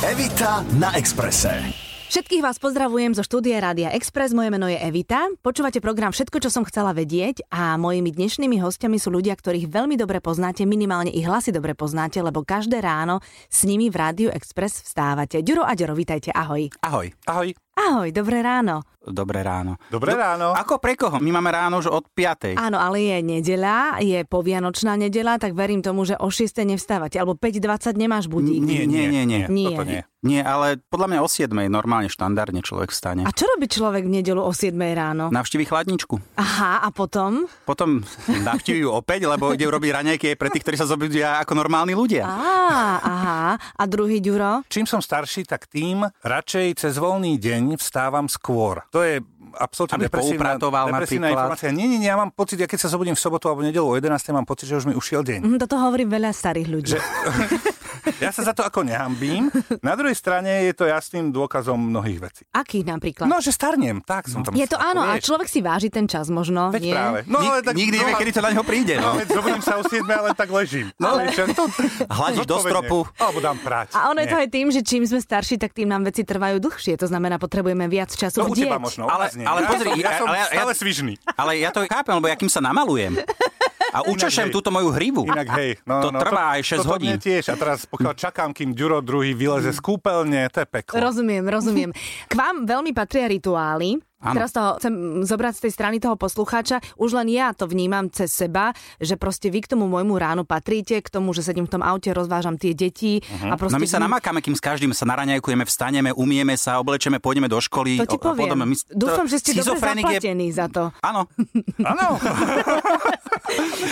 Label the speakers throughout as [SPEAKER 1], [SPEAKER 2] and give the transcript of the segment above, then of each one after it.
[SPEAKER 1] Evita na Exprese.
[SPEAKER 2] Všetkých vás pozdravujem zo štúdie Rádia Express. Moje meno je Evita. Počúvate program Všetko, čo som chcela vedieť a mojimi dnešnými hostiami sú ľudia, ktorých veľmi dobre poznáte, minimálne ich hlasy dobre poznáte, lebo každé ráno s nimi v Rádiu Express vstávate. Ďuro a Ďoro, vítajte, ahoj.
[SPEAKER 3] Ahoj. Ahoj.
[SPEAKER 2] Ahoj, dobré ráno.
[SPEAKER 3] Dobré ráno.
[SPEAKER 4] Dobré
[SPEAKER 1] No.
[SPEAKER 4] ráno.
[SPEAKER 3] Ako pre koho? My máme ráno už od 5.
[SPEAKER 2] Áno, ale je nedeľa, je povianočná nedeľa, tak verím tomu, že o 6 nevstávate, alebo 5.20 nemáš budík.
[SPEAKER 3] nie, nie, nie, nie.
[SPEAKER 2] Nie.
[SPEAKER 4] Toto nie.
[SPEAKER 3] Nie, ale podľa mňa o 7. normálne štandardne človek vstane.
[SPEAKER 2] A čo robí človek v nedelu o 7 ráno?
[SPEAKER 3] Navštívi chladničku.
[SPEAKER 2] Aha, a potom?
[SPEAKER 3] Potom navštívi ju opäť, lebo ide robiť raňajky aj pre tých, ktorí sa zobudia ako normálni ľudia.
[SPEAKER 2] Á, aha, a druhý Ďuro?
[SPEAKER 4] Čím som starší, tak tým radšej cez voľný deň vstávam skôr. To je absolútne
[SPEAKER 3] Aby
[SPEAKER 4] depresívna,
[SPEAKER 3] poupratoval
[SPEAKER 4] depresívna
[SPEAKER 3] napríklad.
[SPEAKER 4] informácia. Nie, nie, nie, ja mám pocit, ja keď sa zobudím v sobotu alebo nedelu o 11, mám pocit, že už mi ušiel deň.
[SPEAKER 2] Mhm, Toto hovorí veľa starých ľudí.
[SPEAKER 4] Že- Ja sa za to ako nehambím. Na druhej strane je to jasným dôkazom mnohých vecí.
[SPEAKER 2] Akých napríklad?
[SPEAKER 4] No, že starnem, tak som tam
[SPEAKER 2] je to áno, a
[SPEAKER 4] vieš.
[SPEAKER 2] človek si váži ten čas možno.
[SPEAKER 4] Veď
[SPEAKER 2] nie?
[SPEAKER 4] práve. No, ale tak, no,
[SPEAKER 3] Nikdy nevie,
[SPEAKER 4] a-
[SPEAKER 3] kedy to na ňo príde.
[SPEAKER 4] No,
[SPEAKER 3] No.
[SPEAKER 4] veď zobudím sa o 7, ale tak ležím. No, ale... to...
[SPEAKER 3] Hladíš do
[SPEAKER 4] Zodpovedne.
[SPEAKER 3] stropu.
[SPEAKER 4] Alebo dám prať.
[SPEAKER 2] A ono je to
[SPEAKER 4] Nie.
[SPEAKER 2] aj tým, že čím sme starší, tak tým nám veci trvajú dlhšie. To znamená, potrebujeme viac
[SPEAKER 4] To
[SPEAKER 2] času
[SPEAKER 4] No, u teba
[SPEAKER 2] bdieť.
[SPEAKER 4] možno, u
[SPEAKER 3] Ale-
[SPEAKER 4] vás nie.
[SPEAKER 3] ale
[SPEAKER 4] Ja
[SPEAKER 3] pozri,
[SPEAKER 4] som- ja
[SPEAKER 3] ja-
[SPEAKER 4] som
[SPEAKER 3] ale ja-
[SPEAKER 4] stále svižný.
[SPEAKER 3] Ale ja to chápem, lebo ja kým sa namalujem a učešem
[SPEAKER 4] hej.
[SPEAKER 3] túto moju hrivu.
[SPEAKER 4] Inak hej, no,
[SPEAKER 3] to
[SPEAKER 4] no,
[SPEAKER 3] trvá aj 6
[SPEAKER 4] toto
[SPEAKER 3] hodín.
[SPEAKER 4] mne tiež. A teraz pokiaľ čakám, kým Ďuro druhý vyleze z kúpeľne, to je peklo.
[SPEAKER 2] Rozumiem, rozumiem. K vám veľmi patria rituály. Ano.
[SPEAKER 3] Áno.
[SPEAKER 2] Teraz to chcem zobrať z tej strany toho poslucháča. Už len ja to vnímam cez seba, že proste vy k tomu môjmu ránu patríte, k tomu, že sedím v tom aute, rozvážam tie deti. Uh-huh. A proste
[SPEAKER 3] No my sa
[SPEAKER 2] vním-
[SPEAKER 3] namakáme, kým s každým sa naraňajkujeme, vstaneme, umieme sa, oblečeme, pôjdeme do školy.
[SPEAKER 2] To ti
[SPEAKER 3] o- a
[SPEAKER 2] poviem.
[SPEAKER 3] podobne. My s- to-
[SPEAKER 2] Dúfam, že ste dobre
[SPEAKER 3] schizofrénik je-
[SPEAKER 2] zaplatení za to.
[SPEAKER 3] Áno.
[SPEAKER 4] Áno.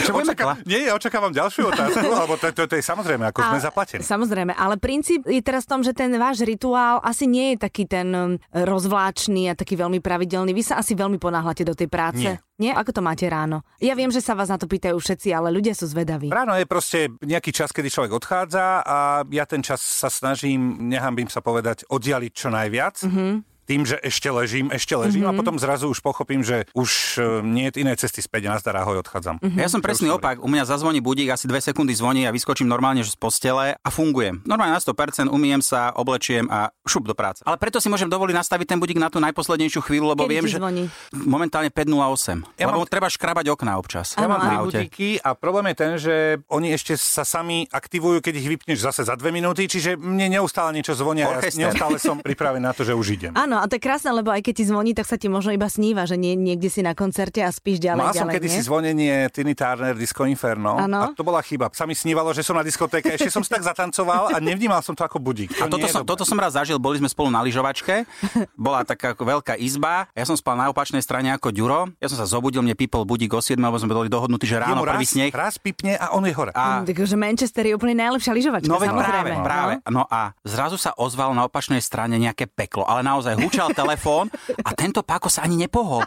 [SPEAKER 3] Čo budeme
[SPEAKER 4] Očaká...
[SPEAKER 3] kla-
[SPEAKER 4] Nie, ja očakávam ďalšiu otázku, lebo to, to, to je samozrejme, ako sme
[SPEAKER 2] A-
[SPEAKER 4] zaplatení.
[SPEAKER 2] Samozrejme, ale princíp je teraz v tom, že ten váš rituál asi nie je taký ten um, rozvláčný a taký veľmi pravidelný. Vy sa asi veľmi ponáhľate do tej práce.
[SPEAKER 4] Nie.
[SPEAKER 2] nie? Ako to máte ráno? Ja viem, že sa vás na to pýtajú všetci, ale ľudia sú zvedaví.
[SPEAKER 4] Ráno je proste nejaký čas, kedy človek odchádza a ja ten čas sa snažím, nehambím sa povedať, oddialiť čo najviac. Mm-hmm. Tým, že ešte ležím, ešte ležím mm-hmm. a potom zrazu už pochopím, že už e, nie je inej cesty späť. Nazdar, ahoj, odchádzam. Mm-hmm.
[SPEAKER 3] Ja som presný opak, u mňa zazvoní budík, asi dve sekundy zvoní a vyskočím normálne že z postele a fungujem. Normálne na 100%, umiem sa, oblečiem a šup do práce. Ale preto si môžem dovoliť nastaviť ten budík na tú najposlednejšiu chvíľu, lebo
[SPEAKER 2] Kedy
[SPEAKER 3] viem,
[SPEAKER 2] ti
[SPEAKER 3] že
[SPEAKER 2] zvoní?
[SPEAKER 3] momentálne 5.08.
[SPEAKER 4] Ja
[SPEAKER 3] Ja lebo mám... treba škrabať okná občas.
[SPEAKER 4] Ja mám
[SPEAKER 3] na
[SPEAKER 4] tri
[SPEAKER 3] aute.
[SPEAKER 4] budíky a problém je ten, že oni ešte sa sami aktivujú, keď ich vypneš zase za dve minúty, čiže mne neustále niečo zvonia. Ja
[SPEAKER 3] Orchester.
[SPEAKER 4] neustále som pripravený na to, že už idem.
[SPEAKER 2] Áno, a to je krásne, lebo aj keď ti zvoní, tak sa ti možno iba sníva, že nie, niekde si na koncerte a spíš ďalej.
[SPEAKER 4] Mal No som
[SPEAKER 2] ďalej,
[SPEAKER 4] kedysi
[SPEAKER 2] nie?
[SPEAKER 4] zvonenie Tiny Turner Disco Inferno a
[SPEAKER 2] Áno.
[SPEAKER 4] to bola chyba. Sa mi snívalo, že som na diskotéke, ešte som si tak zatancoval a nevnímal som to ako budík. To
[SPEAKER 3] A toto
[SPEAKER 4] nie je
[SPEAKER 3] som,
[SPEAKER 4] dobré.
[SPEAKER 3] toto som raz zažil, boli sme spolu na lyžovačke, bola taká ako veľká izba, ja som spal na opačnej strane ako Ďuro, ja som sa zobudil, mne pípol budík o 7, lebo sme boli dohodnutí, že
[SPEAKER 4] Jemu
[SPEAKER 3] ráno
[SPEAKER 4] raz,
[SPEAKER 3] prvý sneh.
[SPEAKER 4] raz pipne a on je hore. A...
[SPEAKER 3] A
[SPEAKER 2] Mm, Takže Manchester je úplne najlepšia lyžovačka,
[SPEAKER 3] No veď práve,
[SPEAKER 2] samozrejme.
[SPEAKER 3] práve. No a zrazu sa ozval na opačnej strane nejaké peklo, ale naozaj hučal telefón a tento páko sa ani nepohol.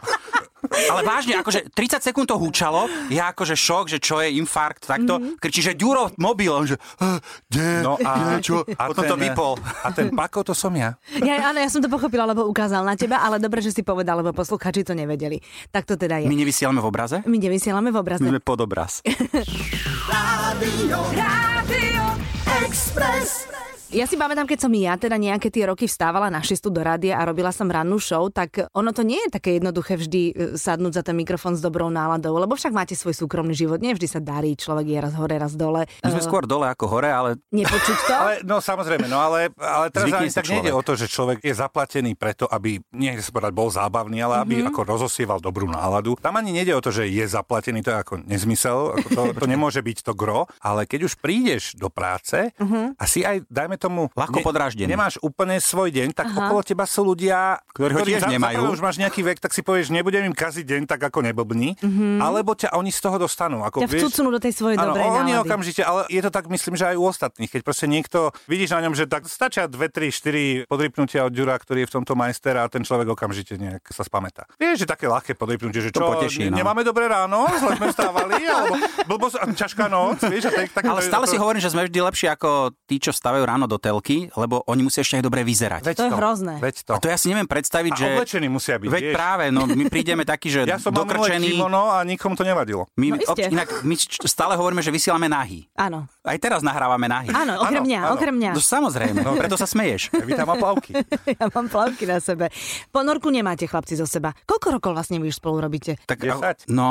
[SPEAKER 3] Ale vážne, akože 30 sekúnd to húčalo, ja akože šok, že čo je infarkt, takto. Kričí, že Ďuro mobil, on že, "Eh, kde,
[SPEAKER 4] No a, čo? a
[SPEAKER 3] Potom to vypol.
[SPEAKER 4] A ten pako to som ja.
[SPEAKER 2] Ja, áno, ja som to pochopila, lebo ukázal na teba, ale dobre, že si povedal, lebo posluchači to nevedeli. Tak to teda je.
[SPEAKER 3] My nevysielame v obraze?
[SPEAKER 2] My nevysielame v obraze.
[SPEAKER 3] My sme pod obraz.
[SPEAKER 2] Ja si pamätám, keď som ja teda nejaké tie roky vstávala na šestu do rádia a robila som rannú show, tak ono to nie je také jednoduché vždy e, sadnúť za ten mikrofón s dobrou náladou, lebo však máte svoj súkromný život, nie vždy sa darí, človek je raz hore, raz dole.
[SPEAKER 3] My
[SPEAKER 2] E,
[SPEAKER 3] sme skôr dole ako hore, ale
[SPEAKER 2] Nepočuť to?
[SPEAKER 4] Ale, no samozrejme, no ale, ale teraz
[SPEAKER 3] Zvykne
[SPEAKER 4] ani
[SPEAKER 3] si
[SPEAKER 4] tak nejde o
[SPEAKER 3] človek.
[SPEAKER 4] to, že človek je zaplatený preto, aby, nie sa povedať, bol zábavný, ale aby
[SPEAKER 2] Mhm.
[SPEAKER 4] ako rozosieval dobrú náladu. Tam ani nejde o to, že je zaplatený, to je ako nezmysel, ako to, to nemôže byť to gro, ale keď už prídeš do práce
[SPEAKER 2] Mhm.
[SPEAKER 4] a si aj, dajme tomu...
[SPEAKER 3] Ľahko podráždený.
[SPEAKER 4] Nemáš úplne svoj deň, tak okolo teba sú ľudia,
[SPEAKER 3] Ktorí ho tiež nemajú.
[SPEAKER 4] prvé už máš nejaký vek, tak si povieš, nebudem im kaziť deň, tak ako neblbni, alebo ťa oni z toho dostanú. Ako,
[SPEAKER 2] Mhm. Ťa
[SPEAKER 4] vieš,
[SPEAKER 2] vcucnú do tej svojej
[SPEAKER 4] Áno,
[SPEAKER 2] dobrej
[SPEAKER 4] oni
[SPEAKER 2] nálady.
[SPEAKER 4] okamžite, ale je to tak, myslím, že aj u ostatných. Keď proste niekto, vidíš na ňom, že tak stačia 2, 3, 4 podrypnutia od Ďura, ktorý je v tomto majster a ten človek okamžite nejak sa spamätá. Vieš, že také ľahké podrypnutie, že čo,
[SPEAKER 3] To
[SPEAKER 4] ne-
[SPEAKER 3] poteší, no.
[SPEAKER 4] nemáme dobré ráno, zle sme vstávali, alebo blbosť, a ťažká noc, vieš, a tak, tak
[SPEAKER 3] Ale stále si hovorím, že sme vždy lepší ako tí, čo stavajú ráno do telky, lebo oni musia ešte aj dobre vyzerať.
[SPEAKER 4] Veď
[SPEAKER 2] To je hrozné.
[SPEAKER 4] Veď to.
[SPEAKER 3] A to ja si neviem predstaviť,
[SPEAKER 4] A
[SPEAKER 3] že...
[SPEAKER 4] oblečení musia byť,
[SPEAKER 3] Veď
[SPEAKER 4] vieš.
[SPEAKER 3] práve, no my prídeme taký, že
[SPEAKER 4] Ja som mal minulé
[SPEAKER 3] dokrčený...
[SPEAKER 4] kimono a nikomu to nevadilo.
[SPEAKER 3] My,
[SPEAKER 2] No iste.
[SPEAKER 3] inak my č- stále hovoríme, že vysielame nahy.
[SPEAKER 2] Áno,
[SPEAKER 3] Aj teraz nahrávame nahy.
[SPEAKER 2] áno, okrem
[SPEAKER 4] Áno,
[SPEAKER 2] mňa,
[SPEAKER 4] áno.
[SPEAKER 2] okrem mňa.
[SPEAKER 3] No samozrejme, no, preto sa smeješ.
[SPEAKER 4] Ja vítam a plavky.
[SPEAKER 2] Ja mám plavky na sebe. Ponorku nemáte, chlapci, zo seba. Koľko rokov vlastne vy už spolu robíte?
[SPEAKER 3] Tak,
[SPEAKER 4] 10.
[SPEAKER 3] no,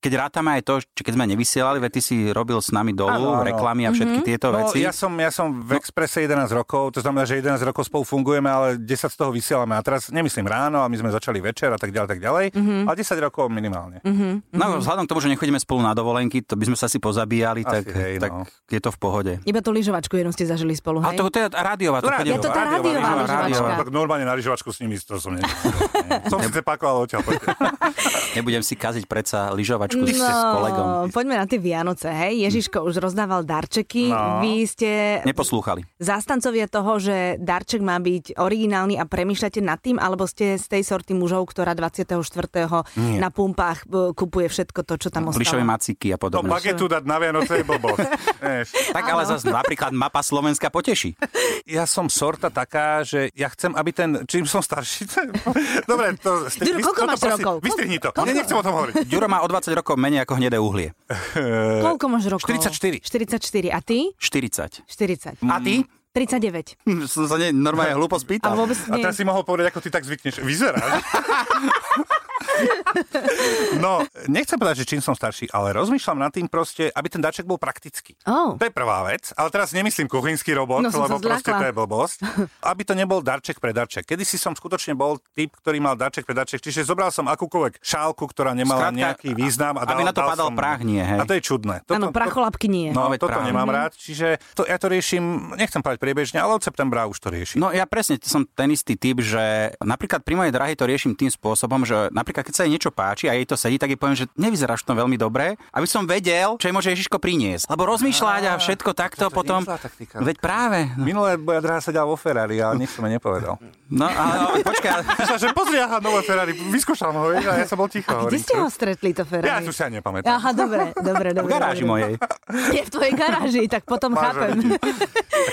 [SPEAKER 3] keď rátame aj to, či keď sme nevysielali, veď ty si robil s nami dolu
[SPEAKER 4] Áno, áno.
[SPEAKER 3] reklamy a
[SPEAKER 2] Mhm.
[SPEAKER 3] všetky tieto
[SPEAKER 4] No,
[SPEAKER 3] veci.
[SPEAKER 4] ja, som, ja som v Expresse 11 rokov, to znamená, že 11 rokov spolu fungujeme, ale 10 z toho vysielame. A teraz nemyslím ráno, a my sme začali večer a tak ďalej, tak ďalej. Ale 10 rokov minimálne.
[SPEAKER 3] No
[SPEAKER 2] Mhm.
[SPEAKER 3] vzhľadom k tomu, že nechodíme spolu na dovolenky, to by sme sa asi pozabíjali,
[SPEAKER 4] Asi,
[SPEAKER 3] tak,
[SPEAKER 4] hej,
[SPEAKER 3] tak
[SPEAKER 4] no.
[SPEAKER 3] je to v pohode.
[SPEAKER 2] Iba tú lyžovačku jednu ste zažili spolu,
[SPEAKER 3] A
[SPEAKER 2] hej?
[SPEAKER 3] to, to je rádiová, to, chodí-
[SPEAKER 2] Je
[SPEAKER 4] teda
[SPEAKER 2] to tá rádiová lyžovačka.
[SPEAKER 4] Tak normálne na lyžovačku s nimi, to som ne. som síce pakoval odtiaľ. poďte.
[SPEAKER 3] Nebudem si kaziť predsa lyžovačku no. s kolegom.
[SPEAKER 2] poďme na tie Vianoce, hej? Ježiško už rozdával darčeky,
[SPEAKER 4] No.
[SPEAKER 2] vy ste
[SPEAKER 3] Neposlúchali.
[SPEAKER 2] zastancovia toho, že darček má byť originálny a premýšľate nad tým, alebo ste z tej sorty mužov, ktorá 24.
[SPEAKER 4] Nie. No,
[SPEAKER 2] na pumpách e, kupuje všetko to, čo tam ostalo.
[SPEAKER 3] Plišové maciky a
[SPEAKER 4] To
[SPEAKER 3] podobne.
[SPEAKER 4] bagetu dať na Vianoce je blbosť. Vieš.
[SPEAKER 3] Tak ale zase napríklad mapa Slovenska poteší.
[SPEAKER 4] ja som sorta taká, že ja chcem, aby ten, čím som starší, ten... Dobre, to... ste-
[SPEAKER 2] Ďuro, koľko
[SPEAKER 4] toto
[SPEAKER 2] máš
[SPEAKER 4] prosím,
[SPEAKER 2] rokov?
[SPEAKER 4] Vystrihni to,
[SPEAKER 2] Koľko-
[SPEAKER 4] ne, nechcem o tom hovoriť.
[SPEAKER 3] Ďuro má o 20 rokov menej ako hnedé uhlie.
[SPEAKER 2] E, Koľko máš rokov?
[SPEAKER 4] 44.
[SPEAKER 2] 44. A ty?
[SPEAKER 3] 40.
[SPEAKER 2] 40.
[SPEAKER 3] A ty?
[SPEAKER 2] 39.
[SPEAKER 3] Mm, Som sa ne, normálne hlúpo
[SPEAKER 2] A
[SPEAKER 3] spýtal.
[SPEAKER 2] vôbec
[SPEAKER 4] A
[SPEAKER 2] nie.
[SPEAKER 4] teraz si mohol povedať, ako ty tak zvykneš. Vyzeráš. No, nechcem povedať, že čím som starší, ale rozmýšľam nad tým proste, aby ten dáček bol praktický.
[SPEAKER 2] Oh.
[SPEAKER 4] To je prvá vec, ale teraz nemyslím kuchynský robot,
[SPEAKER 2] No, som sa
[SPEAKER 4] lebo proste
[SPEAKER 2] zľakla.
[SPEAKER 4] to je blbosť. Aby to nebol darček pre darček. Kedy si som skutočne bol typ, ktorý mal darček pre darček, čiže zobral som akúkoľvek šálku, ktorá nemala
[SPEAKER 3] Skrátka,
[SPEAKER 4] nejaký význam. A dal,
[SPEAKER 3] aby na to
[SPEAKER 4] dal
[SPEAKER 3] padal
[SPEAKER 4] som...
[SPEAKER 3] prach, nie, hej?
[SPEAKER 4] A to je čudné.
[SPEAKER 2] Áno, Mhm. pracholapky nie.
[SPEAKER 4] No,
[SPEAKER 3] No, veď
[SPEAKER 4] toto
[SPEAKER 3] práve.
[SPEAKER 4] nemám rád, čiže to, ja to riešim, nechcem povedať priebežne, ale od septembra už to riešim.
[SPEAKER 3] No ja presne som ten istý typ, že napríklad pri mojej drahej to riešim tým spôsobom, že napríklad keď sa jej niečo páči a jej to sedí, tak jej poviem, že nevyzeráš v tom veľmi dobre, aby som vedel, čo jej môže Ježiško priniesť. Lebo rozmýšľať a všetko
[SPEAKER 4] to je
[SPEAKER 3] takto potom...
[SPEAKER 4] zlá taktika.
[SPEAKER 3] Veď práve.
[SPEAKER 4] Minulé moja drahá sedela vo Ferrari, ale nič som jej nepovedal.
[SPEAKER 3] No ale no, počkaj, ale...
[SPEAKER 4] Myslel, že pozri, aha, nové Ferrari, vyskúšam ho, vieš, a ja som bol ticho.
[SPEAKER 2] Kde ste ho stretli,
[SPEAKER 4] Ja
[SPEAKER 2] to Ferrari?
[SPEAKER 4] tu sa nepamätám.
[SPEAKER 2] Aha, dobre, dobre,
[SPEAKER 3] v
[SPEAKER 2] dobre.
[SPEAKER 3] garáži
[SPEAKER 2] dobre.
[SPEAKER 3] mojej.
[SPEAKER 2] Je v tvojej garáži, tak potom chápem.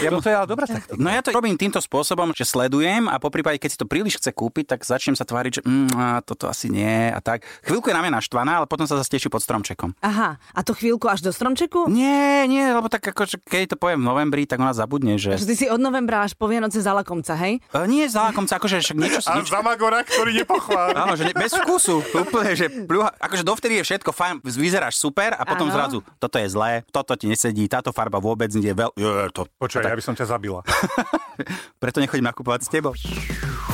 [SPEAKER 4] Ja mu to je ale dobrá taktika.
[SPEAKER 3] No ja to robím týmto spôsobom, že sledujem a po prípade, keď si to príliš chce kúpiť, tak začnem sa tváriť, že mm, a toto asi nie a tak. Chvíľku je na mňa naštvaná, ale potom sa zase teší pod stromčekom.
[SPEAKER 2] Aha, a to chvíľku až do stromčeku?
[SPEAKER 3] Nie, nie, lebo tak ako, že keď jej to poviem v novembri, tak ona zabudne, že...
[SPEAKER 2] Že ty si od novembra až po Vianoce za lakomca, hej?
[SPEAKER 3] E, Nie za lakomca, akože však niečo si...
[SPEAKER 4] A
[SPEAKER 3] Niečo...
[SPEAKER 4] Zamagora, ktorý nepochvál.
[SPEAKER 3] Áno, že ne, bez vkusu, úplne, že pľuha. Akože dovtedy je všetko fajn, vyzeráš super a potom
[SPEAKER 2] Áno.
[SPEAKER 3] ano. zrazu, toto je zlé, toto ti nesedí, táto farba vôbec nie je veľ... Je, to...
[SPEAKER 4] Počkaj, ja by som ťa zabila.
[SPEAKER 3] Preto nechodím nakupovať s tebou.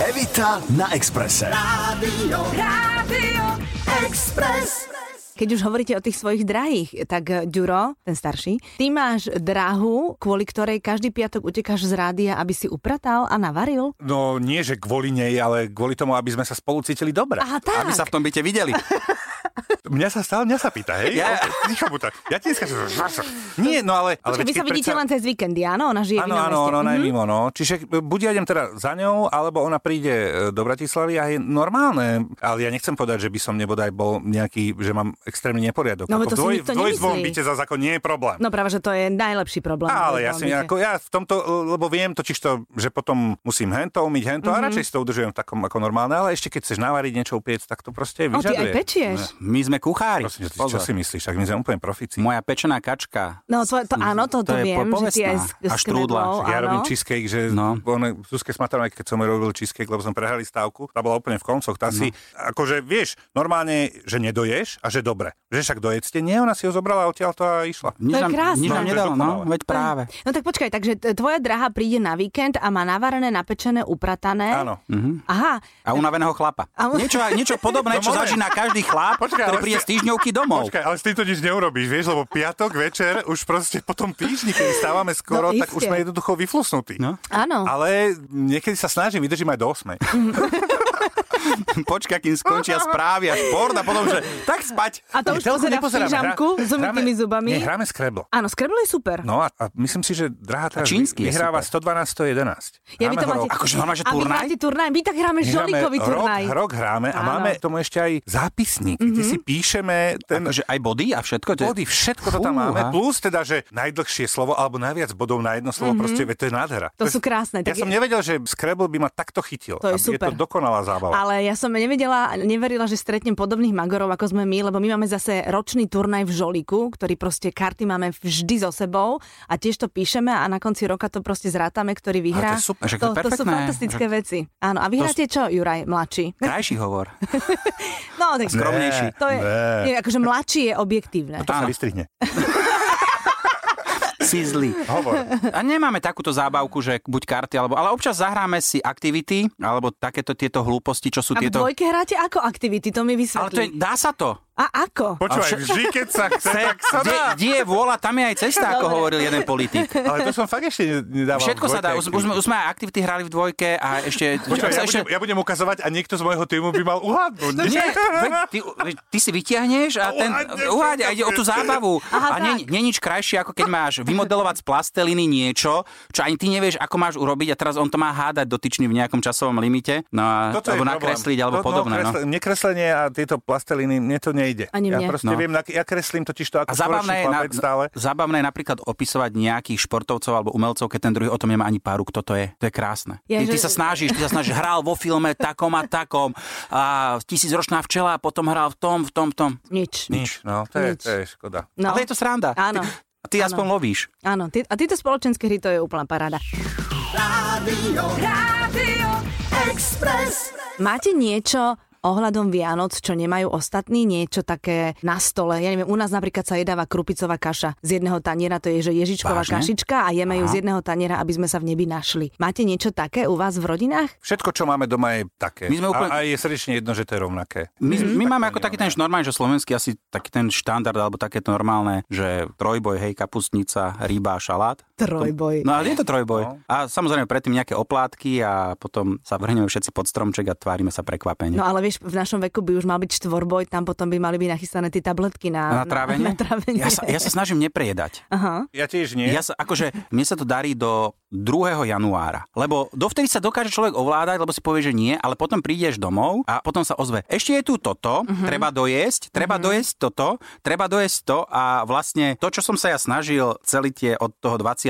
[SPEAKER 1] Evita na Exprese.
[SPEAKER 2] Keď už hovoríte o tých svojich drahých, tak eh, Ďuro, ten starší, ty máš drahu, kvôli ktorej každý piatok utekáš z rádia, aby si upratal a navaril.
[SPEAKER 4] No nie, že kvôli nej, ale kvôli tomu, aby sme sa spolu cítili dobre.
[SPEAKER 2] Aha, tak.
[SPEAKER 3] Aby sa v tom byte videli.
[SPEAKER 4] Mňa sa stále, mňa sa pýta, hej?
[SPEAKER 3] Ja-
[SPEAKER 4] Okay, ticho buta. Ja ti dneska... Nie, no ale... ale veď
[SPEAKER 2] Počkaj, vy
[SPEAKER 4] keď
[SPEAKER 2] sa vidíte
[SPEAKER 4] predsa-
[SPEAKER 2] len cez víkendy, áno? Ona žije v
[SPEAKER 4] Áno,
[SPEAKER 2] inom
[SPEAKER 4] áno,
[SPEAKER 2] meste.
[SPEAKER 4] ona je
[SPEAKER 2] Mhm.
[SPEAKER 4] mimo, no. Čiže e, buď ja idem teda za ňou, alebo ona príde e, do Bratislavy a je normálne. Ale ja nechcem povedať, že by som nebodaj bol nejaký, že mám extrémny neporiadok.
[SPEAKER 2] No,
[SPEAKER 4] Ako
[SPEAKER 2] veď to si
[SPEAKER 4] v dvoj-
[SPEAKER 2] nikto
[SPEAKER 4] v dvojizbovom
[SPEAKER 2] nemyslí.
[SPEAKER 4] byte zase ako nie je problém.
[SPEAKER 2] No práve, že to je najlepší problém.
[SPEAKER 4] Ale ja,
[SPEAKER 2] v
[SPEAKER 4] si,
[SPEAKER 2] byte.
[SPEAKER 4] ako, ja v tomto, e, lebo viem totiž to, že potom musím hento umyť, hento
[SPEAKER 2] Mhm.
[SPEAKER 4] mm-hmm. a radšej si to udržujem v takom ako normálne, ale ešte keď chceš navariť niečo upiec, tak to proste
[SPEAKER 2] O, Oh, ty
[SPEAKER 4] vyžaduje.
[SPEAKER 2] aj pečieš.
[SPEAKER 3] My sme kuchári.
[SPEAKER 4] Prosím, ťa, ty čo
[SPEAKER 3] Pozor.
[SPEAKER 4] si myslíš, tak my sme úplne profici.
[SPEAKER 3] Moja pečená kačka.
[SPEAKER 2] No to, to áno, to, to,
[SPEAKER 3] To je
[SPEAKER 2] viem, že ty
[SPEAKER 3] povestná.
[SPEAKER 2] aj s,
[SPEAKER 3] A
[SPEAKER 2] s
[SPEAKER 3] štrúdla.
[SPEAKER 2] knedlou,
[SPEAKER 4] Ja
[SPEAKER 2] áno.
[SPEAKER 4] robím cheesecake, že
[SPEAKER 3] No.
[SPEAKER 4] no. on, Zuzke Smatanovej, keď som jej robil cheesecake, lebo som prehrali stávku, tá bola úplne v koncoch, tá no. si, akože vieš, normálne, že nedoješ a že dobre, že však dojedzte, nie, ona si ho zobrala a odtiaľ to a išla.
[SPEAKER 2] To
[SPEAKER 3] Nič
[SPEAKER 2] je
[SPEAKER 3] nám-
[SPEAKER 2] krásne.
[SPEAKER 3] Nič
[SPEAKER 2] No,
[SPEAKER 3] nám
[SPEAKER 4] to je
[SPEAKER 3] nedalo, no,
[SPEAKER 4] dokonalé.
[SPEAKER 3] veď práve.
[SPEAKER 2] No tak počkaj, takže t- tvoja drahá príde na víkend a má navarené, napečené, upratané.
[SPEAKER 4] Áno.
[SPEAKER 2] Aha,
[SPEAKER 3] A unaveného chlapa.
[SPEAKER 2] A u-
[SPEAKER 3] Niečo, niečo podobné,
[SPEAKER 4] No
[SPEAKER 3] čo
[SPEAKER 4] moment.
[SPEAKER 3] zažína každý chlap,
[SPEAKER 4] Počkaj,
[SPEAKER 3] ktorý
[SPEAKER 4] ale
[SPEAKER 3] príde z
[SPEAKER 4] ste-
[SPEAKER 3] týždňovky domov.
[SPEAKER 4] Počkaj, ale s týmto nič neurobíš, vieš, lebo piatok večer, už proste po tom týždni, keď stávame skoro,
[SPEAKER 2] No,
[SPEAKER 4] tak už
[SPEAKER 2] iste.
[SPEAKER 4] sme jednoducho vyflusnutí.
[SPEAKER 3] No.
[SPEAKER 2] áno.
[SPEAKER 4] Ale niekedy sa snažím, vydržím aj do 8.
[SPEAKER 3] Počka, kým skončia správy a šport a potom, že tak spať.
[SPEAKER 2] A to už
[SPEAKER 4] Telku
[SPEAKER 2] pozera v
[SPEAKER 4] nepozeráme.
[SPEAKER 2] pyžamku
[SPEAKER 4] Hra-
[SPEAKER 2] s umytými
[SPEAKER 4] hráme-
[SPEAKER 2] zubami.
[SPEAKER 4] Nie, hráme Scrabble.
[SPEAKER 2] Áno, Scrabble je super.
[SPEAKER 4] No a, a myslím si, že drahá teraz
[SPEAKER 3] čínsky je
[SPEAKER 4] vyhráva
[SPEAKER 3] super.
[SPEAKER 4] 112-111.
[SPEAKER 2] Ja
[SPEAKER 4] Hráme ho
[SPEAKER 2] vy to máte...
[SPEAKER 4] rok.
[SPEAKER 3] Akože normálne, že
[SPEAKER 2] A vy
[SPEAKER 3] turnaj?
[SPEAKER 2] máte turnaj? My tak
[SPEAKER 4] My
[SPEAKER 2] hráme
[SPEAKER 4] hráme
[SPEAKER 2] žolíkový
[SPEAKER 4] rok,
[SPEAKER 2] turnaj.
[SPEAKER 4] Rok hráme a
[SPEAKER 2] Áno. Mhm.
[SPEAKER 4] máme tomu ešte aj zápisníky, mm-hmm. kde si píšeme ten
[SPEAKER 3] Akože aj body a všetko. to je-
[SPEAKER 4] body, všetko to tam
[SPEAKER 3] Fúha.
[SPEAKER 4] máme. Plus teda, že najdlhšie slovo alebo najviac bodov na jedno slovo, mm-hmm. proste veď to je nádhera.
[SPEAKER 2] Mhm. To
[SPEAKER 4] je-
[SPEAKER 2] sú krásne,
[SPEAKER 4] Ja
[SPEAKER 2] tak-
[SPEAKER 4] som nevedel, že Scrabble by ma takto chytil.
[SPEAKER 2] To je
[SPEAKER 4] A
[SPEAKER 2] super.
[SPEAKER 4] Je to dokonalá zábava.
[SPEAKER 2] Ale ja som nevedela, neverila, že stretnem podobných magorov, ako sme my, lebo my máme zase ročný turnaj v Žoliku, ktorý proste karty máme vždy so sebou a tiež to píšeme a na konci roka to proste zrátame, ktorý vyhrá.
[SPEAKER 3] Ale to je super, však to
[SPEAKER 2] to,
[SPEAKER 3] je
[SPEAKER 2] to sú
[SPEAKER 3] perfektné.
[SPEAKER 2] fantastické veci. Áno, a vyhráte čo, Juraj, mladší?
[SPEAKER 3] Krajší hovor.
[SPEAKER 2] No, tak
[SPEAKER 3] Skromnejší. No
[SPEAKER 2] To je,
[SPEAKER 4] Ne.
[SPEAKER 2] nie, akože mladší je objektívne.
[SPEAKER 4] To sa vystrihne.
[SPEAKER 3] Si zlý.
[SPEAKER 4] Hovor.
[SPEAKER 3] A nemáme takúto zábavku, že buď karty, alebo, ale občas zahráme si aktivity, alebo takéto tieto hlúposti, čo sú
[SPEAKER 2] A v
[SPEAKER 3] tieto...
[SPEAKER 2] dvojke hráte ako aktivity, to mi
[SPEAKER 3] Ale to je,
[SPEAKER 2] vysvetlí.
[SPEAKER 3] dá sa to.
[SPEAKER 2] A ako?
[SPEAKER 4] Počúvaj,
[SPEAKER 3] A vš-
[SPEAKER 4] vždy, keď sa chce,
[SPEAKER 3] Chce,
[SPEAKER 4] tak sa
[SPEAKER 3] kde,
[SPEAKER 4] dá.
[SPEAKER 3] kde je vôľa, tam je aj cesta, ako
[SPEAKER 2] Dobre.
[SPEAKER 3] hovoril jeden politik.
[SPEAKER 4] Ale to som fakt ešte ne- nedával.
[SPEAKER 3] Všetko
[SPEAKER 4] v
[SPEAKER 3] sa dá, už,
[SPEAKER 4] dvojke.
[SPEAKER 3] už, sme, už sme aj aktivity hrali v dvojke a ešte...
[SPEAKER 4] Počúvaj,
[SPEAKER 3] sa
[SPEAKER 4] ja,
[SPEAKER 3] ešte
[SPEAKER 4] budem, ja budem ukazovať a niekto z môjho týmu by mal uhádnuť.
[SPEAKER 3] nie, veď ty, veď ty si vytiahneš a ten
[SPEAKER 4] Uhádneš,
[SPEAKER 3] uháď a ide o tú zábavu.
[SPEAKER 2] Aha,
[SPEAKER 3] a nie,
[SPEAKER 2] tak.
[SPEAKER 3] nie nič krajšie, ako keď máš vymodelovať z plasteliny niečo, čo ani ty nevieš, ako máš urobiť a teraz on to má hádať dotyčný v nejakom časovom limite. No a,
[SPEAKER 4] Toto je
[SPEAKER 3] alebo
[SPEAKER 4] problém.
[SPEAKER 3] nakresliť, alebo
[SPEAKER 4] To-
[SPEAKER 3] podobné.
[SPEAKER 4] No,
[SPEAKER 3] No.
[SPEAKER 4] kresle, mne kreslenie a tieto plasteliny, mne to nejde.
[SPEAKER 2] Ani
[SPEAKER 4] ja
[SPEAKER 2] mne.
[SPEAKER 4] proste
[SPEAKER 3] No.
[SPEAKER 4] viem, nak- ja kreslím totiž to ako
[SPEAKER 3] A zabavné je, na,
[SPEAKER 4] chlapec stále.
[SPEAKER 3] zabavné je napríklad opisovať nejakých športovcov alebo umelcov, keď ten druhý o tom nemá ani páru, kto to je. To je krásne.
[SPEAKER 2] Ja,
[SPEAKER 3] ty, ty
[SPEAKER 2] že-
[SPEAKER 3] sa snažíš, ty sa snažíš, hral vo filme takom a takom, a tisícročná včela a potom hral v tom, v tom, v tom.
[SPEAKER 2] Nič.
[SPEAKER 4] Nič, no, to je,
[SPEAKER 2] Nič.
[SPEAKER 4] to je škoda.
[SPEAKER 2] No.
[SPEAKER 3] Ale je to sranda.
[SPEAKER 2] Áno.
[SPEAKER 3] Ty, ty aspoň lovíš.
[SPEAKER 2] Áno, ty, a tieto spoločenské hry to je úplná paráda. Máte niečo ohľadom Vianoc, čo nemajú ostatní, niečo také na stole. Ja neviem, u nás napríklad sa jedáva krupicová kaša z jedného taniera, to je že ježičková
[SPEAKER 3] Vážne?
[SPEAKER 2] kašička a jeme ju z jedného taniera, aby sme sa v nebi našli. Máte niečo také u vás v rodinách?
[SPEAKER 4] Všetko, čo máme doma, je také.
[SPEAKER 3] My sme úplne-
[SPEAKER 4] a, a je srdečne jedno, že to je rovnaké.
[SPEAKER 3] My,
[SPEAKER 2] Mhm.
[SPEAKER 3] my máme ako taký
[SPEAKER 4] no.
[SPEAKER 3] ten normálny, že slovenský asi taký ten štandard, alebo takéto normálne, že trojboj, hej, kapustnica, ryba, šalát.
[SPEAKER 2] Trojboj.
[SPEAKER 3] No ale je to trojboj. A samozrejme predtým nejaké oplátky a potom sa vrhneme všetci pod stromček a tvárime sa prekvapenie.
[SPEAKER 2] No ale vieš, v našom veku by už mal byť štvorboj, tam potom by mali byť nachystané tie tabletky na,
[SPEAKER 3] na trávenie?
[SPEAKER 2] Na, na trávenie.
[SPEAKER 3] Ja sa, ja sa snažím neprejedať.
[SPEAKER 2] Aha.
[SPEAKER 4] Ja tiež nie.
[SPEAKER 3] Ja sa, akože, mne sa to darí do 2. januára. Lebo dovtedy sa dokáže človek ovládať, lebo si povie, že nie, ale potom prídeš domov a potom sa ozve, ešte je tu toto, treba dojesť, treba dojesť toto, treba dojesť to a vlastne to, čo som sa ja snažil celý tie od toho 24.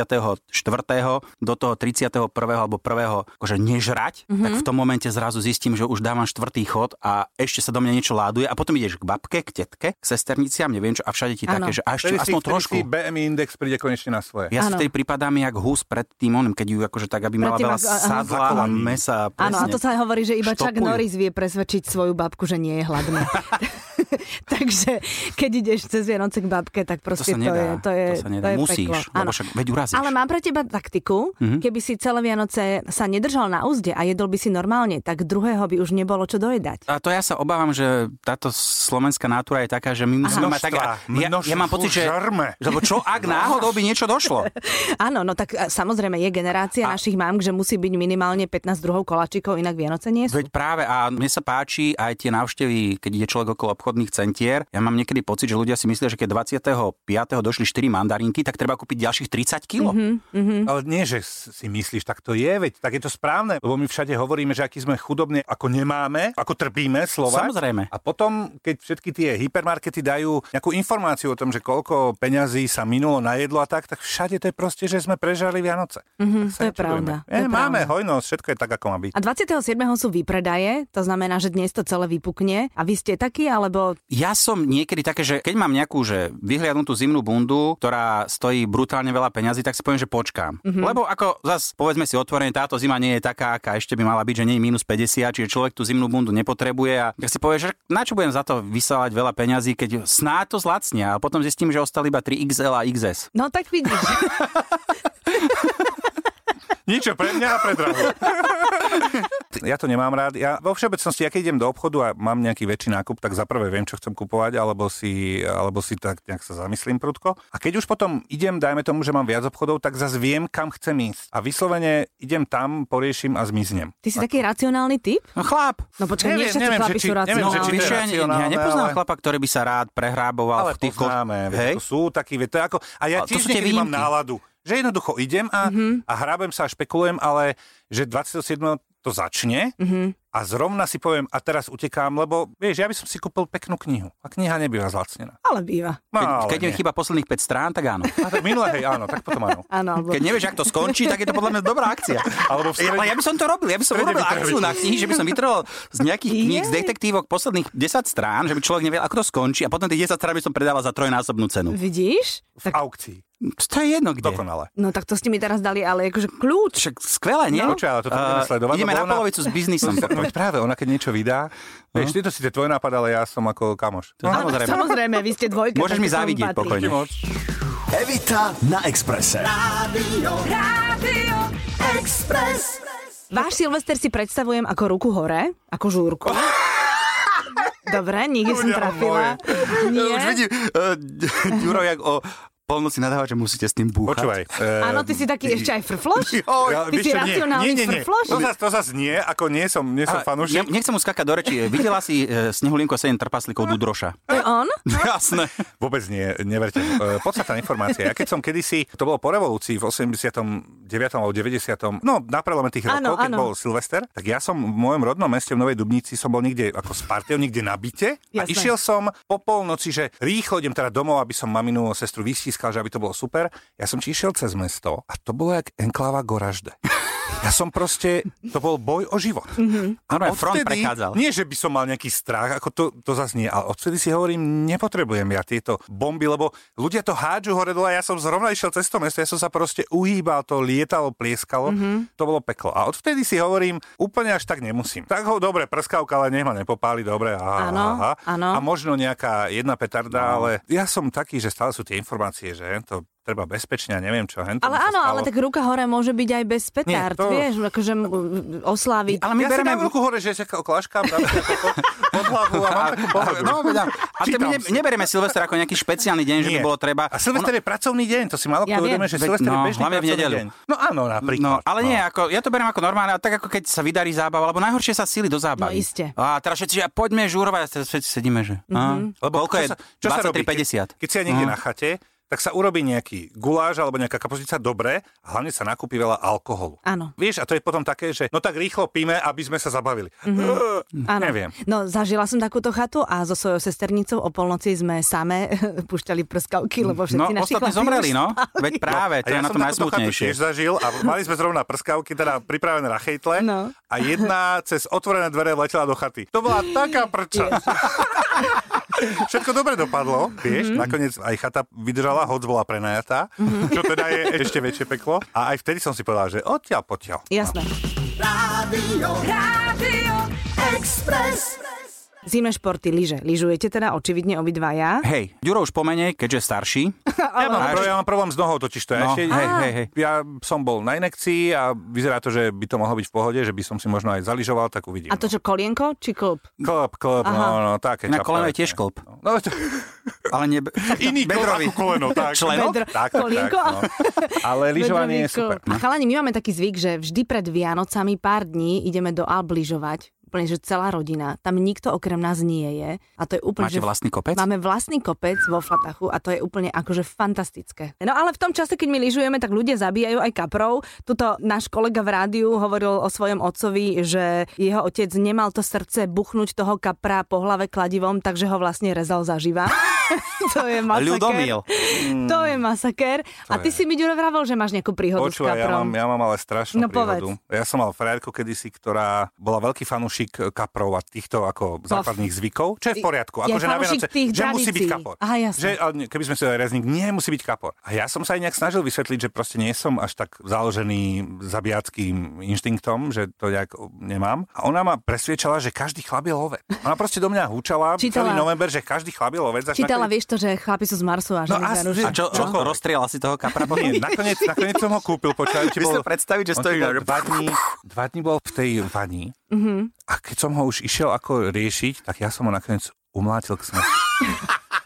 [SPEAKER 3] do toho 31. alebo 1. akože nežrať, tak v tom momente zrazu zistím, že už dávam štvrtý chod a ešte sa do mňa niečo láduje a potom ideš k babke, k tetke, k sesterniciam, neviem čo a všade ti
[SPEAKER 2] Áno.
[SPEAKER 3] také, že a ešte
[SPEAKER 4] Vtedy si,
[SPEAKER 3] aspoň
[SPEAKER 4] vtedy
[SPEAKER 3] trošku.
[SPEAKER 4] si BMI index príde konečne na svoje.
[SPEAKER 3] Ja si
[SPEAKER 2] Áno.
[SPEAKER 3] vtedy pripadám jak hus pred tým oným, keď ju akože tak, aby
[SPEAKER 2] Pred
[SPEAKER 3] mala
[SPEAKER 2] tým,
[SPEAKER 3] veľa
[SPEAKER 2] ako- aha.
[SPEAKER 3] sadla a
[SPEAKER 4] Zakovaním.
[SPEAKER 3] mesa. Presne.
[SPEAKER 2] Áno, a to sa aj hovorí, že iba Chuck
[SPEAKER 3] Štopujú.
[SPEAKER 2] Norris vie presvedčiť svoju babku, že nie je hladný. Takže keď ideš cez Vianoce k babke, tak
[SPEAKER 3] to
[SPEAKER 2] proste
[SPEAKER 3] sa
[SPEAKER 2] to,
[SPEAKER 3] nedá.
[SPEAKER 2] je, to je,
[SPEAKER 3] to sa nedá.
[SPEAKER 2] je
[SPEAKER 3] Musíš,
[SPEAKER 2] peklo.
[SPEAKER 3] lebo
[SPEAKER 2] Áno.
[SPEAKER 3] však veď Mhm. urazíš.
[SPEAKER 2] Ale mám pre teba taktiku, mm-hmm. keby si celé Vianoce sa nedržal na úzde a jedol by si normálne, tak druhého by už nebolo čo dojedať.
[SPEAKER 3] A to ja sa obávam, že táto slovenská natúra je taká, že my musíme mať tak...
[SPEAKER 4] Množstva,
[SPEAKER 3] Ja, ja mám
[SPEAKER 4] množstvo
[SPEAKER 3] pocit, že...
[SPEAKER 4] žarme.
[SPEAKER 3] Lebo čo, ak náhodou by niečo došlo?
[SPEAKER 2] Áno, no tak e, samozrejme je generácia a... našich mám, že musí byť minimálne 15 druhov koláčikov, inak Vianoce nie sú.
[SPEAKER 3] Veď práve a mne sa páči aj tie návštevy, keď ide človek okolo obchodných centier. Ja mám niekedy pocit, že ľudia si myslia, že keď 25. došli 4 mandarinky, tak treba kúpiť ďalších 30 kg.
[SPEAKER 2] Mhm.
[SPEAKER 3] Mm-hmm.
[SPEAKER 2] Mm.
[SPEAKER 4] Ale nie, že s- si myslíš, tak to je, veď tak je to správne, lebo my všade hovoríme, že aký sme chudobne, ako nemáme, ako trpíme slova.
[SPEAKER 3] Samozrejme.
[SPEAKER 4] A potom, keď všetky tie hypermarkety dajú nejakú informáciu o tom, že koľko peňazí sa minulo na jedlo a tak, tak všade to je proste, že sme prežali Vianoce. Mm-hmm,
[SPEAKER 2] Mhm, to je pravda, to
[SPEAKER 4] E,
[SPEAKER 2] je
[SPEAKER 4] máme
[SPEAKER 2] pravda.
[SPEAKER 4] hojnosť, všetko je tak, ako má byť.
[SPEAKER 2] A 27. sú výpredaje, to znamená, že dnes to celé vypukne. A vy ste takí, alebo
[SPEAKER 3] Ja som niekedy také, že keď mám nejakú že vyhliadnutú zimnú bundu, ktorá stojí brutálne veľa peňazí, tak si poviem, že počkám.
[SPEAKER 4] Mhm.
[SPEAKER 3] Mm-hmm. Lebo ako zas povedzme si otvorene, táto zima nie je taká, aká ešte by mala byť, že nie je minus 50, čiže človek tú zimnú bundu nepotrebuje a tak si povie, že na čo budem za to vysávať veľa peňazí, keď snáď to zlacnia a potom zistím, že ostali iba 3XL a XS.
[SPEAKER 2] No tak vidíš.
[SPEAKER 4] Niečo pre mňa a pre drahu. fakt, ja to nemám rád. Ja vo všeobecnosti, ja keď idem do obchodu a mám nejaký väčší nákup, tak za prvé viem, čo chcem kupovať, alebo si, alebo si tak nejak sa zamyslím prudko. A keď už potom idem, dajme tomu, že mám viac obchodov, tak zase viem, kam chcem ísť. A vyslovene idem tam, poriešim a zmiznem.
[SPEAKER 2] Ty si taký racionálny typ?
[SPEAKER 3] No chlap.
[SPEAKER 2] No počkaj,
[SPEAKER 4] Neviem,
[SPEAKER 2] nie všetci
[SPEAKER 4] neviem, že
[SPEAKER 2] chlapi
[SPEAKER 4] či- teda-
[SPEAKER 2] sú
[SPEAKER 4] neviem, že
[SPEAKER 3] No,
[SPEAKER 4] či to je
[SPEAKER 2] racionálni.
[SPEAKER 3] vieš, ja, ja
[SPEAKER 4] racionálne,
[SPEAKER 3] nepoznám
[SPEAKER 4] ale-
[SPEAKER 3] chlapa, ktorý by sa rád prehráboval
[SPEAKER 4] Ale
[SPEAKER 3] v tých ko-
[SPEAKER 4] poznáme,
[SPEAKER 3] Hej?
[SPEAKER 4] veď to sú takí, veď to je ako, a ja
[SPEAKER 3] Ale to
[SPEAKER 4] tiež
[SPEAKER 3] sú tie
[SPEAKER 4] niekedy mám
[SPEAKER 3] výnimky. Mhm.
[SPEAKER 4] náladu, že jednoducho idem a, a hrábem sa a špekulujem, ale že 27. to začne
[SPEAKER 3] Mhm.
[SPEAKER 4] a zrovna si poviem, a teraz utekám, lebo vieš, ja by som si kúpil peknú knihu a kniha nebýva zlacnená.
[SPEAKER 2] Ale býva.
[SPEAKER 4] No,
[SPEAKER 3] Keď,
[SPEAKER 4] ale
[SPEAKER 3] keď mi
[SPEAKER 4] nie.
[SPEAKER 3] chýba posledných 5 strán, tak áno.
[SPEAKER 4] A tak minule, hej, áno, tak potom áno.
[SPEAKER 2] Áno, alebo...
[SPEAKER 3] Keď nevieš, ak to skončí, tak je to podľa mňa dobrá akcia.
[SPEAKER 4] Alebo v strede-
[SPEAKER 3] Ale ja by som to robil, ja by som
[SPEAKER 4] strede
[SPEAKER 3] urobil
[SPEAKER 4] vytrhli.
[SPEAKER 3] akciu na knihy, že by som vytrhol z nejakých kníh, z
[SPEAKER 2] Jej.
[SPEAKER 3] detektívok posledných 10 strán, že by človek nevedel, ako to skončí a potom tých 10 strán by som predával za trojnásobnú cenu.
[SPEAKER 2] Vidíš?
[SPEAKER 4] V
[SPEAKER 2] Tak,
[SPEAKER 4] aukcii,
[SPEAKER 3] To je jedno kde.
[SPEAKER 4] dokonale.
[SPEAKER 2] no tak to ste mi teraz dali, ale akože kľúč.
[SPEAKER 3] Však skvelé, nie?
[SPEAKER 4] No, počkaj, ale toto budeme
[SPEAKER 3] Eh,
[SPEAKER 4] sledovať,
[SPEAKER 3] Ideme
[SPEAKER 4] lebo
[SPEAKER 3] na
[SPEAKER 4] ona-
[SPEAKER 3] polovicu s biznisom.
[SPEAKER 4] No veď práve, ona keď niečo vydá, vieš, ty to síce tvoj nápad, ale ja som ako kamoš.
[SPEAKER 3] No. To
[SPEAKER 4] No,
[SPEAKER 3] Samozrejme.
[SPEAKER 2] Samozrejme, vy ste dvojka. takže
[SPEAKER 3] Môžeš
[SPEAKER 2] to
[SPEAKER 3] mi
[SPEAKER 2] vám
[SPEAKER 3] závidieť
[SPEAKER 2] patrí.
[SPEAKER 3] pokojne.
[SPEAKER 4] díky moc.
[SPEAKER 1] Evita na Exprese.
[SPEAKER 2] Váš Silvester si predstavujem ako ruku hore, ako žúrku. Dobre, nikdy som
[SPEAKER 4] Ľudia
[SPEAKER 2] trafila.
[SPEAKER 3] Ja Už
[SPEAKER 2] Nie.
[SPEAKER 3] vidím, uh, Ďuro, jak o polnoci nadáva, že musíte s tým búchať.
[SPEAKER 4] Počúvaj. eh,
[SPEAKER 2] Áno, ty si taký ešte aj frfloš?
[SPEAKER 4] Oj,
[SPEAKER 2] Ty
[SPEAKER 4] vieš
[SPEAKER 2] si
[SPEAKER 4] čo, nie,
[SPEAKER 2] racionálny
[SPEAKER 4] nie, nie, nie.
[SPEAKER 2] frfloš?
[SPEAKER 4] To zase, to zase nie, ako nie som, nie som
[SPEAKER 3] A
[SPEAKER 4] fanúšik.
[SPEAKER 3] ja, nechcem mu skakať do reči. Videla si uh, Snehulienko 7 trpaslikov Dudroša?
[SPEAKER 2] To je on?
[SPEAKER 3] Jasné.
[SPEAKER 4] Vôbec nie, neverte. E, Podstatná informácia. Ja keď som kedysi, to bolo po revolúcii v 89. alebo 90. No, na prelome tých
[SPEAKER 2] Áno,
[SPEAKER 4] rokov, keď
[SPEAKER 2] áno.
[SPEAKER 4] bol Silvester, tak ja som v mojom rodnom meste v Novej Dubnici som bol niekde ako s partiou, niekde na byte a
[SPEAKER 2] Jasné.
[SPEAKER 4] išiel som po polnoci, že rýchlo idem teda domov, aby som maminu sestru vystiskal, že aby to bolo super. Ja som či išiel cez mesto a to bolo jak enkláva Goražde. Ja som proste, to bol boj o život.
[SPEAKER 2] Mhm.
[SPEAKER 4] Mm-hmm.
[SPEAKER 3] Normálne front prechádzal.
[SPEAKER 4] Nie, že by som mal nejaký strach, ako to, to zase nie, ale odvtedy si hovorím, nepotrebujem ja tieto bomby, lebo ľudia to hádžu hore dole, ja som zrovna išiel cez to mesto, ja som sa proste uhýbal, to lietalo, plieskalo, mm-hmm.
[SPEAKER 2] Mhm.
[SPEAKER 4] to bolo peklo. A odvtedy si hovorím, úplne až tak nemusím. Tak ho dobre, prskavka, ale nech ma nepopáli, dobre, aha,
[SPEAKER 2] Áno,
[SPEAKER 4] aha.
[SPEAKER 2] áno.
[SPEAKER 4] A možno nejaká jedna petarda, no. ale ja som taký, že stále sú tie informácie, že to treba bezpečne a neviem čo. Hen, to mi
[SPEAKER 2] Ale
[SPEAKER 4] sa
[SPEAKER 2] áno, ale
[SPEAKER 4] stalo.
[SPEAKER 2] tak ruka hore môže byť aj bez petárd,
[SPEAKER 4] to-
[SPEAKER 2] vieš, akože m- m- osláviť.
[SPEAKER 3] Ale my
[SPEAKER 4] ja
[SPEAKER 3] bereme...
[SPEAKER 4] si dám ruku hore, že sa okláškam, dám si ako pod, pod hlavu a mám takú pohodu.
[SPEAKER 3] No, veď áno. a te my
[SPEAKER 4] Čítam
[SPEAKER 3] ne,
[SPEAKER 4] si.
[SPEAKER 3] neberieme Silvester ako nejaký špeciálny deň, že by
[SPEAKER 4] Nie.
[SPEAKER 3] bolo treba...
[SPEAKER 4] A Silvester je pracovný deň, to si málo
[SPEAKER 2] Ja
[SPEAKER 4] kto uvedomuje,
[SPEAKER 2] viem.
[SPEAKER 4] že
[SPEAKER 3] Veď
[SPEAKER 4] Silvester je
[SPEAKER 3] no,
[SPEAKER 4] bežný
[SPEAKER 3] hlavne v
[SPEAKER 4] pracovný
[SPEAKER 3] nedeľu.
[SPEAKER 4] deň. No áno, napríklad.
[SPEAKER 3] No, ale nie, ako, ja to beriem ako normálne, a tak ako keď sa vydarí zábava, lebo najhoršie sa síli do
[SPEAKER 2] No,
[SPEAKER 3] zábavy.
[SPEAKER 2] iste.
[SPEAKER 3] A teraz všetci, že a poďme žúrovať, a teraz všetci sedíme, že...
[SPEAKER 2] Mhm.
[SPEAKER 3] Mm-hmm. Lebo koľko
[SPEAKER 4] čo
[SPEAKER 3] je?
[SPEAKER 4] sa- čo sa robí? Keď,
[SPEAKER 3] 23,50.
[SPEAKER 4] keď si ja niekde na chate, tak sa urobí nejaký guláš alebo nejaká kapustica dobre a hlavne sa nakúpi veľa alkoholu.
[SPEAKER 2] Áno.
[SPEAKER 4] Vieš, a to je potom také, že no tak rýchlo píme, aby sme sa zabavili. Mm-hmm.
[SPEAKER 2] Mhm. Áno.
[SPEAKER 4] Neviem.
[SPEAKER 2] No, zažila som takúto chatu a so svojou sesternicou o polnoci sme same pušťali prskavky, lebo
[SPEAKER 3] No,
[SPEAKER 2] všetci naši
[SPEAKER 3] ostatní
[SPEAKER 2] chlapi
[SPEAKER 3] zomreli,
[SPEAKER 2] už
[SPEAKER 3] no.
[SPEAKER 2] spali.
[SPEAKER 3] Veď práve, to
[SPEAKER 4] A
[SPEAKER 3] je
[SPEAKER 4] ja som
[SPEAKER 3] na tom
[SPEAKER 4] takúto chatu
[SPEAKER 3] najsmutnejšie.
[SPEAKER 4] Tiež zažil a mali sme zrovna prskavky, teda pripravené na chejtle
[SPEAKER 2] No.
[SPEAKER 4] a jedna cez otvorené dvere letela do chaty. To bola taká prča. Všetko dobre dopadlo, vieš,
[SPEAKER 2] Mhm.
[SPEAKER 4] mm-hmm. nakoniec aj chata vydržala, hoc bola prenajatá, mm-hmm. čo teda je ešte väčšie peklo. A aj vtedy som si povedal, že odtiaľ potiaľ.
[SPEAKER 2] Jasné. Zimné športy, lyže. Lyžujete teda očividne obidvaja.
[SPEAKER 3] Hej, Ďuro už pomenej, keďže je starší.
[SPEAKER 4] Ja mám, pro, ja mám problém s nohou totiž to. je
[SPEAKER 3] No,
[SPEAKER 4] ešte,
[SPEAKER 3] hej, hej, hej.
[SPEAKER 4] Ja som bol na inekcii a vyzerá to, že by to mohlo byť v pohode, že by som si možno aj zaližoval, tak uvidím.
[SPEAKER 2] A to čo, kolienko či klb?
[SPEAKER 4] Klop, klop, no, no, také.
[SPEAKER 3] Na
[SPEAKER 4] čapka.
[SPEAKER 3] koleno je tiež klop.
[SPEAKER 4] No, to...
[SPEAKER 3] Ale nebe...
[SPEAKER 4] Iný
[SPEAKER 3] Bedrový.
[SPEAKER 4] bedrový. koleno, tak.
[SPEAKER 3] Členok?
[SPEAKER 2] Bedro-
[SPEAKER 4] tak, tak,
[SPEAKER 2] kolienko.
[SPEAKER 4] tak, no. Ale lyžovanie je
[SPEAKER 2] Vedrový
[SPEAKER 4] super.
[SPEAKER 2] klb.
[SPEAKER 3] no.
[SPEAKER 2] A chalani, my máme taký zvyk, že vždy pred Vianocami pár dní ideme do Alp lyžovať. Úplne, že celá rodina. Tam nikto okrem nás nie je. A to je úplne, že...
[SPEAKER 3] Máte vlastný kopec?
[SPEAKER 2] Máme vlastný kopec vo Flatachu a to je úplne akože fantastické. No ale v tom čase, keď my lyžujeme, tak ľudia zabíjajú aj kaprov. Tuto náš kolega v rádiu hovoril o svojom otcovi, že jeho otec nemal to srdce buchnúť toho kapra po hlave kladivom, takže ho vlastne rezal zaživa. to je masaker.
[SPEAKER 3] Ľudomil.
[SPEAKER 4] Hmm.
[SPEAKER 2] To je masaker. a ty si mi Ďuro vravel, že máš nejakú príhodu s
[SPEAKER 4] Počúvaj, ja
[SPEAKER 2] kaprom.
[SPEAKER 4] mám, ja mám ale strašnú
[SPEAKER 2] No,
[SPEAKER 4] príhodu. Ja som mal frajerku kedysi, ktorá bola veľký fanúšik fanúšik e, kaprov a týchto ako západných zvykov, čo je v poriadku.
[SPEAKER 2] Ja
[SPEAKER 4] Akože na
[SPEAKER 2] fanúšik
[SPEAKER 4] Vianoce,
[SPEAKER 2] tých
[SPEAKER 4] že musí byť
[SPEAKER 2] tradícií.
[SPEAKER 4] kapor.
[SPEAKER 2] Aha, jasné.
[SPEAKER 4] Že, ale keby sme si dali rezník, nie, musí byť kapor. A ja som sa aj nejak snažil vysvetliť, že proste nie som až tak založený zabijackým inštinktom, že to nejak nemám. A ona ma presviečala, že každý chlap je lovec. Ona proste do mňa húčala
[SPEAKER 2] Čítala-
[SPEAKER 4] celý november, že každý chlap je lovec. až nakoniec-
[SPEAKER 2] Čítala, vieš to, že chlapi sú z Marsu a
[SPEAKER 4] No,
[SPEAKER 2] ženy z
[SPEAKER 4] asi,
[SPEAKER 2] Venuše.
[SPEAKER 4] že-
[SPEAKER 3] A čo,
[SPEAKER 4] Čo?
[SPEAKER 3] čo? Rozstriela si toho kapra potom?
[SPEAKER 4] Nie, nakoniec, nakoniec som ho kúpil, počkaj, či
[SPEAKER 3] Vieš
[SPEAKER 4] bol...
[SPEAKER 3] to predstaviť, že
[SPEAKER 4] on
[SPEAKER 3] stojí
[SPEAKER 4] či bol
[SPEAKER 3] na-
[SPEAKER 4] dva, dní, dva dní bol v tej vani a keď som ho už išiel ako riešiť, tak ja som ho nakoniec umlátil k smrti.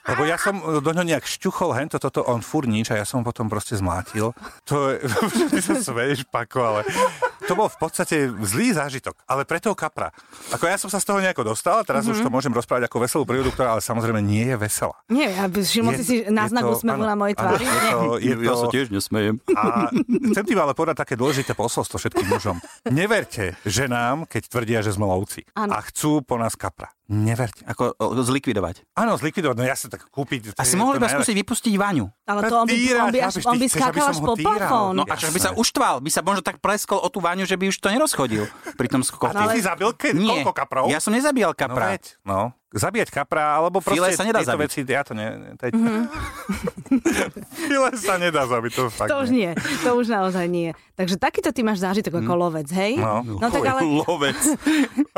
[SPEAKER 4] Lebo ja som eh, do ňo nejak šťuchol, hento, toto, on fur nič a ja som ho potom proste zmlátil. To je, ty sa smeješ, Pako, ale to bol v podstate zlý zážitok, ale pre toho kapra. Ako ja som sa z toho nejako dostal, a teraz mm-hmm. už to môžem rozprávať ako veselú prírodu, ktorá ale samozrejme nie je veselá.
[SPEAKER 2] Nie, ja by- všimol
[SPEAKER 4] Je-
[SPEAKER 2] si si
[SPEAKER 4] je
[SPEAKER 2] náznak
[SPEAKER 4] to-
[SPEAKER 2] úsmevu
[SPEAKER 4] áno,
[SPEAKER 2] na mojej
[SPEAKER 4] áno,
[SPEAKER 2] tvári.
[SPEAKER 4] je to, je to,
[SPEAKER 3] nesmejem.
[SPEAKER 4] a chcem ti ale povedať také dôležité posolstvo všetkým mužom. Neverte ženám, keď tvrdia, že sme lovci.
[SPEAKER 2] Áno.
[SPEAKER 4] A chcú po nás kapra. Neverte.
[SPEAKER 3] Ako o, zlikvidovať.
[SPEAKER 4] Áno, zlikvidovať, no ja sa tak kúpiť.
[SPEAKER 3] A si mohol iba skúsiť vypustiť Vaňu.
[SPEAKER 2] Ale to on by,
[SPEAKER 4] Týra,
[SPEAKER 2] on by, až,
[SPEAKER 4] chápeš,
[SPEAKER 2] on
[SPEAKER 4] ty
[SPEAKER 2] by
[SPEAKER 4] chceš, aby
[SPEAKER 2] skákal
[SPEAKER 4] som
[SPEAKER 2] až
[SPEAKER 4] ho
[SPEAKER 2] po
[SPEAKER 4] týral?
[SPEAKER 2] plafón.
[SPEAKER 3] No a čo by sa
[SPEAKER 4] Jasné.
[SPEAKER 3] uštval, by sa možno tak pleskol o tú Vaňu, že by už to nerozchodil pri tom skoku.
[SPEAKER 4] Ty si zabil ke,
[SPEAKER 3] Nie,
[SPEAKER 4] koľko kaprov?
[SPEAKER 3] ja som nezabíjal
[SPEAKER 4] No,
[SPEAKER 3] kapra.
[SPEAKER 4] veď, no. Zabíjať kapra, alebo proste
[SPEAKER 3] File sa nedá
[SPEAKER 4] tieto
[SPEAKER 3] zabiť.
[SPEAKER 4] veci, ja to ne... ne teď.
[SPEAKER 2] Mhm.
[SPEAKER 4] File sa nedá zabiť, to fakt
[SPEAKER 2] To už nie, to už naozaj nie. Takže takýto ty máš zážitok
[SPEAKER 3] Mm.
[SPEAKER 2] ako lovec, hej?
[SPEAKER 4] No.
[SPEAKER 2] no tak ale,
[SPEAKER 3] Lovec.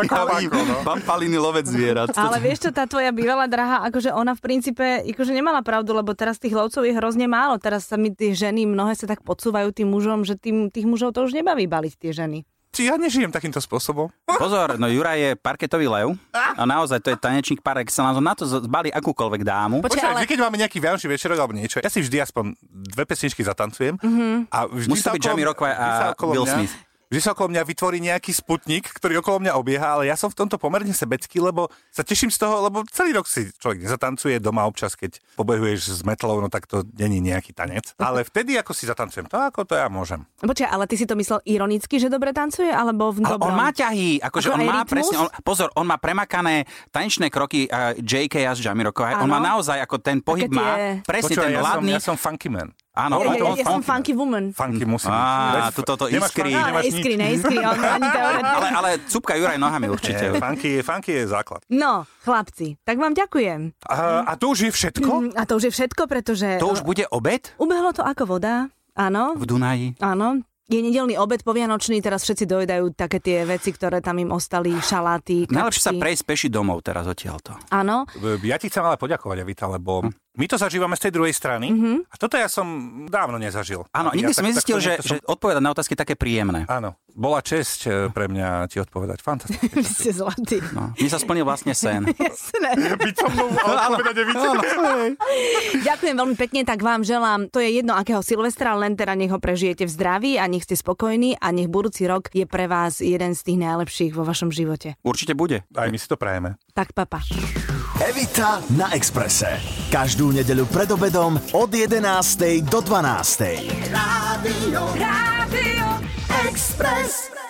[SPEAKER 4] Ako Pako, no.
[SPEAKER 3] Pampaliny lovec zvierat.
[SPEAKER 2] ale vieš čo, tá tvoja bývalá drahá, akože ona v princípe akože nemala pravdu, lebo teraz tých lovcov je hrozne málo. Teraz sa mi tie ženy, mnohé sa tak podsúvajú tým mužom, že tým, tých mužov to už nebaví baliť tie ženy.
[SPEAKER 4] Či ja nežijem takýmto spôsobom?
[SPEAKER 3] Pozor, no Jura je parketový lev
[SPEAKER 4] Ah!
[SPEAKER 3] a naozaj to je tanečník par excellence. On na to zbali akúkoľvek dámu.
[SPEAKER 2] Počkaj,
[SPEAKER 4] Počkaj,
[SPEAKER 2] ale-
[SPEAKER 4] vždy, keď máme nejaký vianočný večerok alebo niečo, ja si vždy aspoň dve pesničky zatancujem.
[SPEAKER 2] Mhm.
[SPEAKER 4] A vždy
[SPEAKER 3] Musí
[SPEAKER 4] sa
[SPEAKER 3] to byť
[SPEAKER 4] okolo-
[SPEAKER 3] Jamie Rockwell
[SPEAKER 4] vždy sa
[SPEAKER 3] a
[SPEAKER 4] okolo
[SPEAKER 3] Will
[SPEAKER 4] mňa-
[SPEAKER 3] Smith.
[SPEAKER 4] Vždy sa okolo mňa vytvorí nejaký sputnik, ktorý okolo mňa obieha, ale ja som v tomto pomerne sebecký, lebo sa teším z toho, lebo celý rok si človek nezatancuje doma občas, keď pobehuješ s metlou, no tak to není nejaký tanec. Ale vtedy, ako si zatancujem, to ako to ja môžem.
[SPEAKER 2] No Počkaj, ale ty si to myslel ironicky, že dobre tancuje, alebo v
[SPEAKER 3] Ale
[SPEAKER 2] dobrom?
[SPEAKER 3] on má ťahy, akože
[SPEAKER 2] Ako
[SPEAKER 3] on
[SPEAKER 2] aj
[SPEAKER 3] má
[SPEAKER 2] rytmus?
[SPEAKER 3] presne, on, pozor, on má premakané tanečné kroky uh, JK a z Jamiroková. On
[SPEAKER 2] Áno.
[SPEAKER 3] má naozaj, ako ten pohyb
[SPEAKER 2] Také tie-
[SPEAKER 3] má, presne
[SPEAKER 4] Počúvaj,
[SPEAKER 3] ten
[SPEAKER 4] ja, som,
[SPEAKER 3] hladný.
[SPEAKER 4] ja som funky man.
[SPEAKER 2] ja,
[SPEAKER 3] Áno, on
[SPEAKER 2] ja,
[SPEAKER 3] to
[SPEAKER 2] ja, ja som funky woman.
[SPEAKER 4] Funky musí
[SPEAKER 3] Á,
[SPEAKER 4] byť. Bez-
[SPEAKER 3] tu toto
[SPEAKER 4] nemáš
[SPEAKER 3] iskry.
[SPEAKER 4] funky,
[SPEAKER 2] No, ale
[SPEAKER 4] nemáš nič.
[SPEAKER 2] iskry, neiskry, on ani teoreticky.
[SPEAKER 3] Ale, ale cupka Juraj nohami určite.
[SPEAKER 4] Nie, funky, funky je základ.
[SPEAKER 2] No, chlapci, tak vám ďakujem.
[SPEAKER 4] A, a to už je všetko?
[SPEAKER 2] Mm, A to už je všetko, pretože...
[SPEAKER 3] To už bude obed
[SPEAKER 2] Ubehlo to ako voda, áno,
[SPEAKER 3] v Dunaji?
[SPEAKER 2] áno. Je nedelný obed povianočný, teraz všetci dojedajú také tie veci, ktoré tam im ostali, šaláty, kačky.
[SPEAKER 3] Najlepšie sa prejsť peši domov teraz odtiaľto.
[SPEAKER 2] Áno,
[SPEAKER 4] E, Ja ti chcem ale poďakovať, Evita,
[SPEAKER 3] Hm.
[SPEAKER 4] lebo my to zažívame z tej druhej strany mm-hmm. a toto ja som dávno nezažil.
[SPEAKER 3] Mhm. Áno,
[SPEAKER 4] Aby
[SPEAKER 3] nikdy
[SPEAKER 4] ja
[SPEAKER 3] som
[SPEAKER 4] tak-
[SPEAKER 3] nezistil,
[SPEAKER 4] takto
[SPEAKER 3] že,
[SPEAKER 4] niekto
[SPEAKER 3] že odpovedať na otázky je také príjemné.
[SPEAKER 4] Áno, bola česť e, pre mňa ti odpovedať. Fantastické.
[SPEAKER 2] vy ste zlatí.
[SPEAKER 3] No, mne sa splnil vlastne sen.
[SPEAKER 2] Jasné.
[SPEAKER 4] Byť so mnou a odpovedať Evite.
[SPEAKER 2] Ďakujem veľmi pekne, tak vám želám, to je jedno akého Silvestra, len teda nech ho prežijete v zdraví a nech ste spokojní a nech budúci rok je pre vás jeden z tých najlepších vo vašom živote.
[SPEAKER 3] Určite bude.
[SPEAKER 4] Aj my si to prajeme.
[SPEAKER 2] Tak papa. Pa.
[SPEAKER 1] Evita na Exprese. Každú nedeľu pred obedom od 11. do 12. Rádio, Rádio Express.